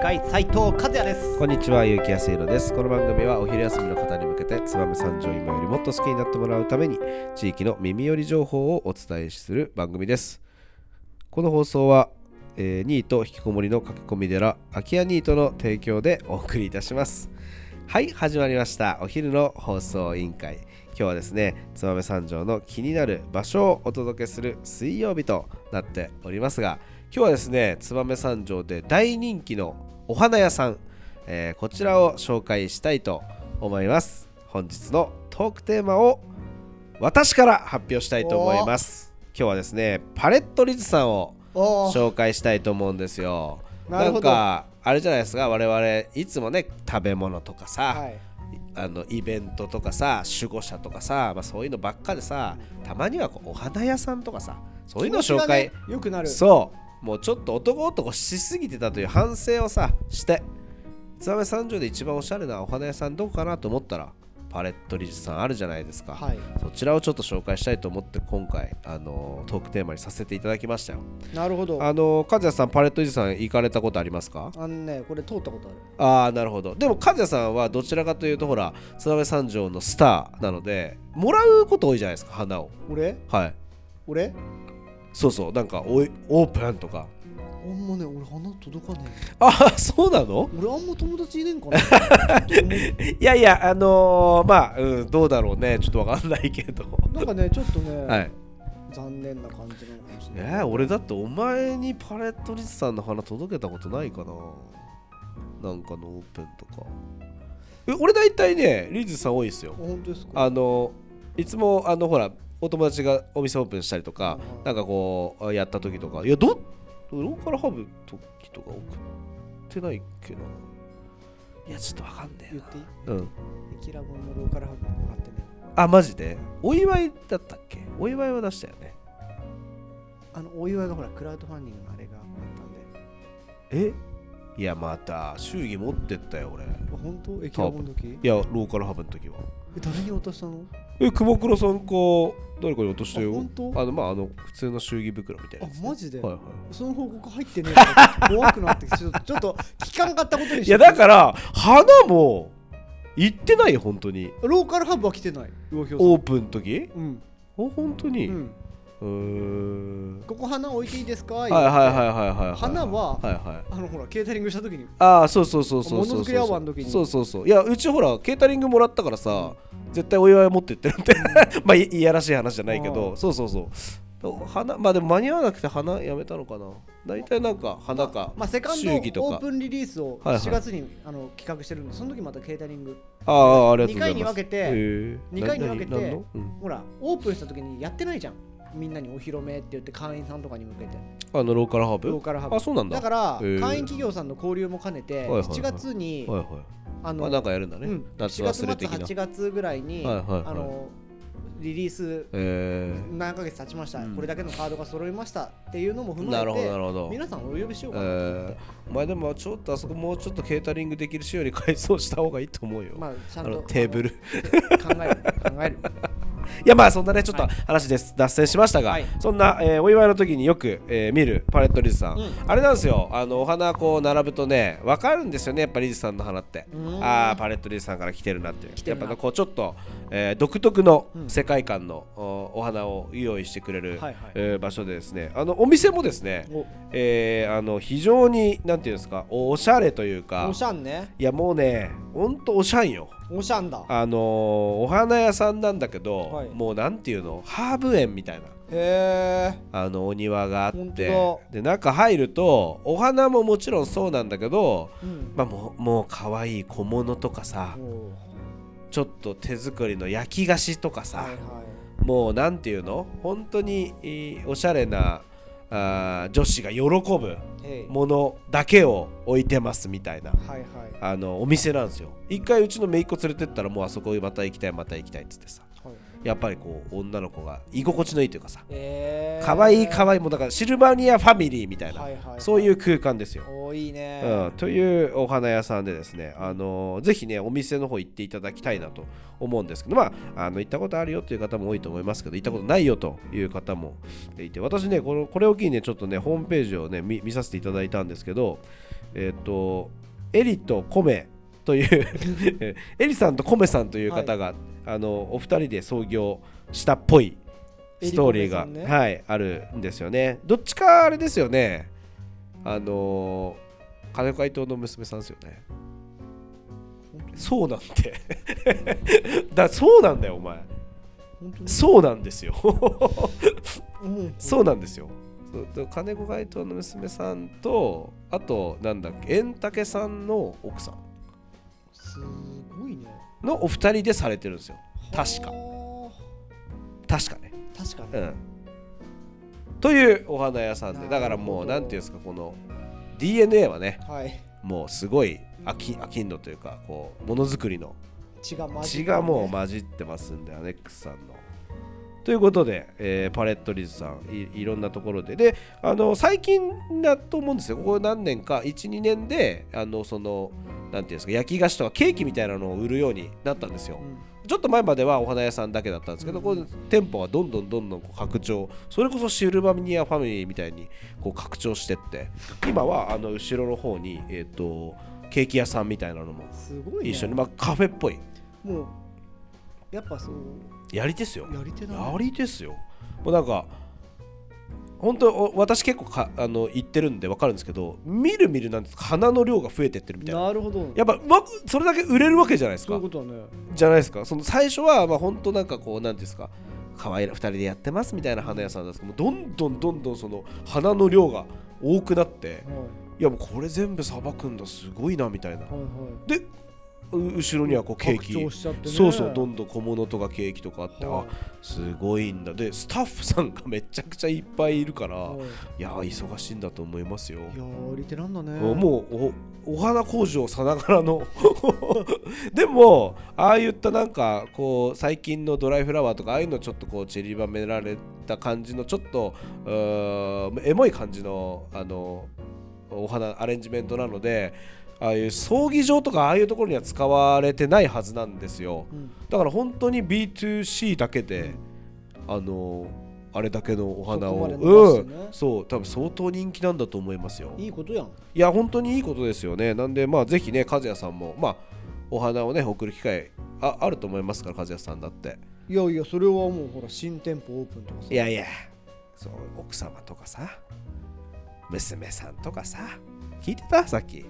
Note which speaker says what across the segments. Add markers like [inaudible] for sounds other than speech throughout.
Speaker 1: 回斉藤和也です
Speaker 2: こんにちは、ゆうきやすいろです。この番組はお昼休みの方に向けて、燕三条を今よりもっと好きになってもらうために、地域の耳寄り情報をお伝えする番組です。この放送は、えーニート引きこもりの駆け込み寺、空き家ニートの提供でお送りいたします。はい、始まりました。お昼の放送委員会。今日はですね、燕三条の気になる場所をお届けする水曜日となっておりますが、今日はですね、燕三条で大人気のお花屋さん、えーこちらを紹介したいと思います本日のトークテーマを私から発表したいと思います今日はですねパレットリズさんを
Speaker 1: お
Speaker 2: 紹介したいと思うんですよ
Speaker 1: なる
Speaker 2: な
Speaker 1: ほ
Speaker 2: ん
Speaker 1: ど
Speaker 2: かあれじゃないですか我々いつもね食べ物とかさ、
Speaker 1: はい
Speaker 2: あのイベントとかさ守護者とかさ、まあ、そういうのばっかでさたまにはこうお花屋さんとかさそういうのを紹
Speaker 1: 気持
Speaker 2: 介、
Speaker 1: ちがね良くなる
Speaker 2: そうもうちょっと男男しすぎてたという反省をさして燕三条で一番おしゃれなお花屋さんどこかなと思ったらパレットリジさんあるじゃないですか、
Speaker 1: はい
Speaker 2: そちらをちょっと紹介したいと思って今回、あのートークテーマにさせていただきましたよ
Speaker 1: なるほどあ
Speaker 2: あのー、和也さんパレットリジさん行かれたことありますか
Speaker 1: のねこれ通ったことある
Speaker 2: ああなるほどでも和也さんはどちらかというとほら燕三条のスターなのでもらうこと多いじゃないですか花を
Speaker 1: 俺
Speaker 2: はい
Speaker 1: 俺
Speaker 2: そうそうなんかおいオープンとか
Speaker 1: あんまね俺花届かね
Speaker 2: ああそうなの
Speaker 1: え俺あんま友達いねえん
Speaker 2: [laughs]
Speaker 1: かなと思う
Speaker 2: いやいや、あのーまあ、うん、どうだろうね、ちょっとわかんないけど。
Speaker 1: なんかねちょっとね、
Speaker 2: はい。
Speaker 1: 残念な感じなのかもしれない
Speaker 2: えー、俺だってお前にパレットリスさんの花届けたことないかな。なんかのオープンとか。え俺大体ね、リズさん多いですよ
Speaker 1: あ。本当ですか
Speaker 2: あのいつも、あの、ほら、お友達がお店オープンしたりとか
Speaker 1: うん、
Speaker 2: なんかこう、やった時とか、いや、ど、ローカルハブ時とか送ってないっけな。いや、ちょっとわかんねえ
Speaker 1: 言っていい
Speaker 2: な。うん。
Speaker 1: キラボンのローカルハブもらってね
Speaker 2: あ、マジでお祝いだったっけお祝いは出したよね。
Speaker 1: あのお祝いがほらクラウドファンディングのあれがあったんで
Speaker 2: えいや、また、祝儀持ってったよ、俺。い
Speaker 1: あ本当えキラボンの時
Speaker 2: や、ローカルハブの時は。
Speaker 1: え誰に渡したの
Speaker 2: え、久保黒さんか、誰かに落としたよ。
Speaker 1: あ本当
Speaker 2: あの、まあ、あの、普通の祝儀袋みたいなやつ、
Speaker 1: あマジで
Speaker 2: はいは
Speaker 1: その報告入ってねえから [laughs] 怖くなってきてちょっとちょっと聞かなかったことにし
Speaker 2: い。い
Speaker 1: て
Speaker 2: や、だから、花も、行ってないよ、本当に。
Speaker 1: ローカルハブは来てない魚評さん
Speaker 2: オープンの時
Speaker 1: うん、
Speaker 2: お、本当
Speaker 1: う、
Speaker 2: に。うんーん。
Speaker 1: ここ花置いていいですかはい
Speaker 2: はいはいはいはいはいはい。
Speaker 1: 花は
Speaker 2: はいはい。
Speaker 1: あのほらケータリングした時に
Speaker 2: ああそうそうそうそうそ
Speaker 1: も
Speaker 2: う
Speaker 1: のづくりアワーの時に
Speaker 2: そうそうそういやうちほらケータリングもらったからさ絶対お祝い持ってってるんで [laughs] まあいいやらしい話じゃないけ
Speaker 1: あ
Speaker 2: どそうそうそう花まあでも間に合わなくて花やめたのかな大体なんか花か、
Speaker 1: まあ、セカンド
Speaker 2: 祝儀と
Speaker 1: オー
Speaker 2: か
Speaker 1: プンリリースを
Speaker 2: はいはい
Speaker 1: 7月に、あの企画してるんでその時またケータリング
Speaker 2: ああありがとうござ
Speaker 1: 二回
Speaker 2: います
Speaker 1: に分けて
Speaker 2: へえ
Speaker 1: 二回に分けて
Speaker 2: な何のうん
Speaker 1: ほらオープンした時にやってないじゃんみんなにお披露目って言って会員さんとかに向けて
Speaker 2: あのローカルハーブ
Speaker 1: ローカルハブ
Speaker 2: あそうなんだ
Speaker 1: だから
Speaker 2: へー
Speaker 1: 会員企業さんの交流も兼ねて
Speaker 2: はいはいはい
Speaker 1: 7月に
Speaker 2: はいはい
Speaker 1: あ
Speaker 2: まあ
Speaker 1: の
Speaker 2: なんかやるんだね、
Speaker 1: うん
Speaker 2: 夏
Speaker 1: 7
Speaker 2: 忘
Speaker 1: 月末
Speaker 2: れ的な
Speaker 1: 8月ぐらいに
Speaker 2: はいはいはい
Speaker 1: あのリリース
Speaker 2: え
Speaker 1: 何ヶ月経ちました、
Speaker 2: うん
Speaker 1: これだけのカードが揃いましたっていうのも踏
Speaker 2: ー、
Speaker 1: ま
Speaker 2: なる
Speaker 1: え
Speaker 2: ほどな
Speaker 1: て
Speaker 2: るほど
Speaker 1: 皆さんお呼びしようかなと思って
Speaker 2: え、ー、まあでもちょっとあそこもうちょっとケータリングできる仕様に改装した方がいいと思うよ、
Speaker 1: まあちゃ
Speaker 2: あ
Speaker 1: んと
Speaker 2: のテーブルい
Speaker 1: 考える考え
Speaker 2: [laughs]
Speaker 1: る
Speaker 2: やまあそんなねちょっと話です、脱線しましたが、
Speaker 1: はい
Speaker 2: そんな、えーお祝いの時によく、えー見るパレットリズさん、
Speaker 1: うん
Speaker 2: あれなんですよあのお花こう並ぶとね分かるんですよねやっぱリズさんの花って
Speaker 1: うーん
Speaker 2: ああパレットリズさんから来てるなっていう
Speaker 1: 来てる
Speaker 2: やっ
Speaker 1: な
Speaker 2: ぱねこうちょっと、えー独特の
Speaker 1: うん
Speaker 2: 世界観の、おお花を用意してくれる、
Speaker 1: はいはい
Speaker 2: えー場所でですねあのお店もですね
Speaker 1: お
Speaker 2: えーあの非常になんていうんですかおおしゃれというか
Speaker 1: おしゃんね
Speaker 2: いやもうねほんとおしゃんよ
Speaker 1: おしゃんだ
Speaker 2: あのーお花屋さんなんだけど、
Speaker 1: はい
Speaker 2: もうなんていうのハーブ園みたいな
Speaker 1: へえ
Speaker 2: あのお庭があっ
Speaker 1: ほん
Speaker 2: て
Speaker 1: と
Speaker 2: で中入るとお花ももちろんそうなんだけど、
Speaker 1: うん
Speaker 2: まあ、もうもう可愛い小物とかさ
Speaker 1: おー
Speaker 2: ちょっと手作りの焼き菓子とかさ、
Speaker 1: はいは
Speaker 2: もうなんていうの本当にえーおしゃれなあー女子が喜ぶ
Speaker 1: いへい
Speaker 2: ものだけを置いてますみたいな
Speaker 1: はいはいはい
Speaker 2: あのお店なんですよ一回うちの姪っ子連れてったらもうあそこまた行きたいまた行きたいっつってさやっぱりこう女の子が居心地のいいというかさ
Speaker 1: えー
Speaker 2: 可愛い可愛いもうだからシルバニアファミリーみたいな、
Speaker 1: はいはいはい
Speaker 2: そういう空間ですよ、
Speaker 1: おーいいね
Speaker 2: うん、というお花屋さんでですね、あのーぜひねお店の方行っていただきたいなと思うんですけどまああの行ったことあるよという方も多いと思いますけど行ったことないよという方もいて私ねこのこれを機にねちょっとねホームページをね見見させていただいたんですけど、えっ、とエリとコメという
Speaker 1: [laughs]
Speaker 2: エリさんとコメさんという方が、あのお二人で創業したっぽいストーリーが、
Speaker 1: エリコメさんね
Speaker 2: はいあるんですよねどっちかあれですよねあのー金子愛党の娘さんですよねそうなんて [laughs] だそうなんだよお前
Speaker 1: 本当に
Speaker 2: そうなんです [laughs] よ
Speaker 1: うん
Speaker 2: そうなんですよ。そうで金子街頭の娘さんとあとなんだっけ円武さんの奥さん
Speaker 1: すごいね
Speaker 2: のお二人でされてるんですよ確か
Speaker 1: は
Speaker 2: 確かね。
Speaker 1: あ確か
Speaker 2: う
Speaker 1: ね
Speaker 2: ん、というお花屋さんでだから
Speaker 1: なる
Speaker 2: も
Speaker 1: ほ
Speaker 2: う
Speaker 1: ど
Speaker 2: なんていうんですかこの DNA はね
Speaker 1: はい
Speaker 2: もうすごい飽き飽きんどというかこうものづくりの
Speaker 1: 血が混じって
Speaker 2: 血
Speaker 1: ね
Speaker 2: がもう混じってますんで、アネックスさんの。ということで、えーパレットリズさんい、いろんなところで、であの最近だと思うんですよ、ここ何年か、1、2年で、あのその、なんていうんですか、焼き菓子とかケーキみたいなのを売るようになったんですよ
Speaker 1: う。ん
Speaker 2: ちょっと前まではお花屋さんだけだったんですけど、
Speaker 1: うん
Speaker 2: こう店舗はどんどんどんどんこう拡張それこそシルバニアファミリーみたいにこう拡張してって今はあの後ろの方に、えー、とケーキ屋さんみたいなのも
Speaker 1: すごいね
Speaker 2: 一緒に、まあ、カフェっぽい
Speaker 1: もうやっぱそう
Speaker 2: やりですよ
Speaker 1: やり手だ
Speaker 2: や
Speaker 1: ね
Speaker 2: りですよもうなんか本当お私結構かあの行ってるんで分かるんですけどみるみるなんですか花の量が増えてってるみたいな
Speaker 1: なるほど
Speaker 2: やっぱうまくそれだけ売れるわけじゃないです
Speaker 1: そうい
Speaker 2: か
Speaker 1: うことだね
Speaker 2: じゃないですかその最初はまあ本当なんかこうなんていうんですか可愛い2人でやってますみたいな花屋さんなんですけどもうどんどんどんどんその花の量が多くなって
Speaker 1: はい
Speaker 2: いやもうこれ全部さばくんだすごいなみたいな
Speaker 1: はいは
Speaker 2: でう後ろ
Speaker 1: い
Speaker 2: にはこうケーキ
Speaker 1: 拡張しちゃってね
Speaker 2: そうそうどんどん小物とかケーキとかあって
Speaker 1: は
Speaker 2: あ
Speaker 1: い
Speaker 2: すごいんだでスタッフさんがめちゃくちゃいっぱいいるから
Speaker 1: はい
Speaker 2: いやー忙しいんだと思いますよ
Speaker 1: いやーやり手なんだね
Speaker 2: もうおお花工場さながらの [laughs] でもああいったなんかこう最近のドライフラワーとかああいうのちょっとこう散りばめられた感じのちょっとうーんエモい感じのあのお花アレンジメントなのでああいう葬儀場とかああいうところには使われてないはずなんですよ
Speaker 1: うん
Speaker 2: だから本当に B2C だけであのあれだけのお花を、
Speaker 1: そこまで伸ばしてね
Speaker 2: うんそう多分相当人気なんだと思いますよ
Speaker 1: いいことやん
Speaker 2: いや本当にいいことですよねなんでまあぜひね和也さんもまあお花をね送る機会ああると思いますから和也さんだって
Speaker 1: いやいやそれはもうほら新店舗オープンとかさ
Speaker 2: いやいやそう奥様とかさ娘さんとかさ聞いてたさっき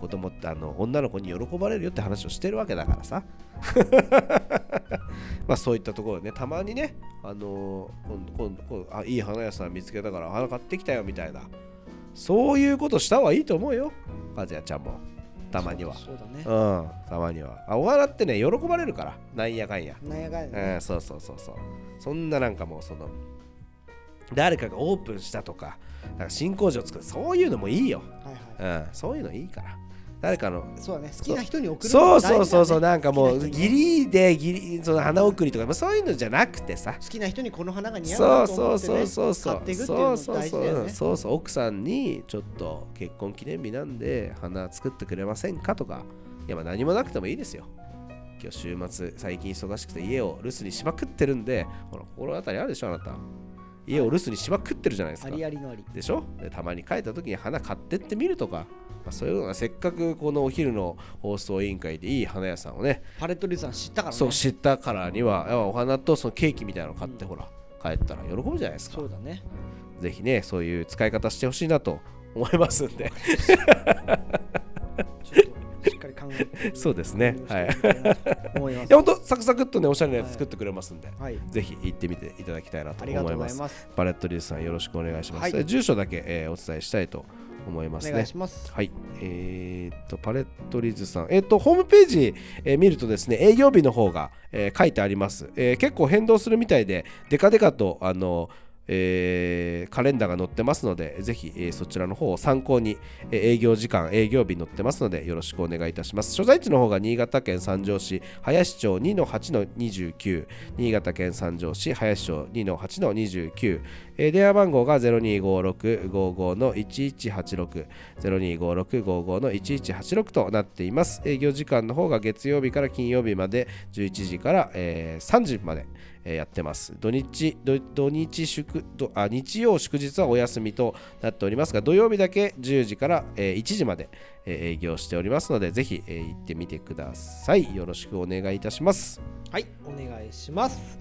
Speaker 2: 子供ってあの女の子に喜ばれるよって話をしてるわけだからさ [laughs] まあそういったところねたまにねあのー今度今度今度あいい花屋さん見つけたからお花買ってきたよみたいなそういうことした方がいいと思うよ和也ちゃんもたまには
Speaker 1: そうだね
Speaker 2: うんたまにはあお花ってね喜ばれるからなんやかんや
Speaker 1: なんやかんやね
Speaker 2: うん、そうそうそうそうそんななんかもうその誰かがオープンしたとかなんか新工場作るそういうのもいいよ、
Speaker 1: はいは
Speaker 2: うん、そういうのいいから誰かの
Speaker 1: いそうだね好きな人に送る
Speaker 2: そうそうそうそう
Speaker 1: 好
Speaker 2: なんかも
Speaker 1: 好き
Speaker 2: う
Speaker 1: な人に
Speaker 2: ギリでギリその花送りとかまあそういうのじゃなくてさ
Speaker 1: きな人にこの花が似合う
Speaker 2: そ
Speaker 1: な
Speaker 2: う
Speaker 1: と
Speaker 2: そ
Speaker 1: 思
Speaker 2: う
Speaker 1: ってね
Speaker 2: そうそうそ
Speaker 1: 買っ
Speaker 2: う
Speaker 1: ていくっていうのも
Speaker 2: そうそう
Speaker 1: 大事
Speaker 2: そ
Speaker 1: だよ
Speaker 2: う
Speaker 1: ね
Speaker 2: そうそう奥さんにちょっと結婚記念日なんで花作ってくれませんかとかいやまあ何もなくてもいいですよ今日週末最近忙しくて家を留守にしまくってるんでほら心当たりあるでしょあなた家を留守にしまくってるじゃないです
Speaker 1: あ
Speaker 2: か
Speaker 1: りありのあり
Speaker 2: でしょでたまに帰った時に花買ってってみるとか、まあ、そういうのがせっかくこのお昼の放送委員会でいい花屋さんをね
Speaker 1: パレットリーさん知ったからね
Speaker 2: そう知ったからにはやっぱお花とそのケーキみたいなの買って、ほら帰ったら喜ぶじゃないですか
Speaker 1: そうだ
Speaker 2: [laughs]
Speaker 1: ね
Speaker 2: ぜひねそういう使い方してほしいなと思いますんで
Speaker 1: ちょっとしっかり考えて
Speaker 2: そうですねはい
Speaker 1: い思いま
Speaker 2: い [laughs]
Speaker 1: す
Speaker 2: やほんとサクサクっとねおしゃれなやつ作ってくれますんで、
Speaker 1: はい
Speaker 2: ぜひ行ってみていただきたいな
Speaker 1: あ
Speaker 2: と思
Speaker 1: り
Speaker 2: い
Speaker 1: がとう
Speaker 2: ま
Speaker 1: ご
Speaker 2: す
Speaker 1: ざいます
Speaker 2: パレットリーズさんよろしくお願いします、
Speaker 1: はい
Speaker 2: で住所だけ、えーお伝えしたいと思いま
Speaker 1: お
Speaker 2: す
Speaker 1: 願
Speaker 2: ね
Speaker 1: いします
Speaker 2: はいえーっとパレットリーズさん、えーっとホームページ、えー見るとですね営業日の方が、えー書いてあります、えー結構変動するみたいでデカデカとあのえーカレンダーが載ってますのでぜひ、えーそちらの方を参考に、えー営業時間営業日載ってますのでよろしくお願いいたします所在地の方が新潟県三条市林町2の8の29新潟県三条市林町2の8の29、えー電話番号が025655の1186 025655の1186となっています営業時間の方が月曜日から金曜日まで11時から、えー3時まで、えーやってます土日土土日祝土あ日曜祝日はお休みとなっておりますが土曜日だけ10時から、えー1時まで、えー営業しておりますのでぜひ、えー行ってみてくださいよろしくお願いいたします
Speaker 1: はいお願いします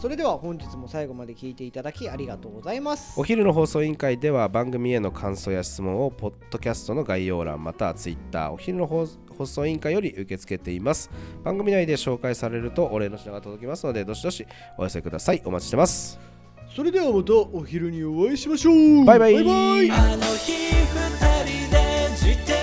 Speaker 1: それでは本日も最後まで聞いていただきありがとうございます
Speaker 2: お昼の放送委員会では番組への感想や質問をポッドキャストの概要欄またはツイッターお昼の放放送委員会より受け付けています番組内で紹介されるとお礼の品が届きますのでどしどしお寄せくださいお待ちしてます
Speaker 1: それではまたお昼にお会いしましょう
Speaker 2: バイバイ
Speaker 1: バイバイ
Speaker 3: あの日二人で自転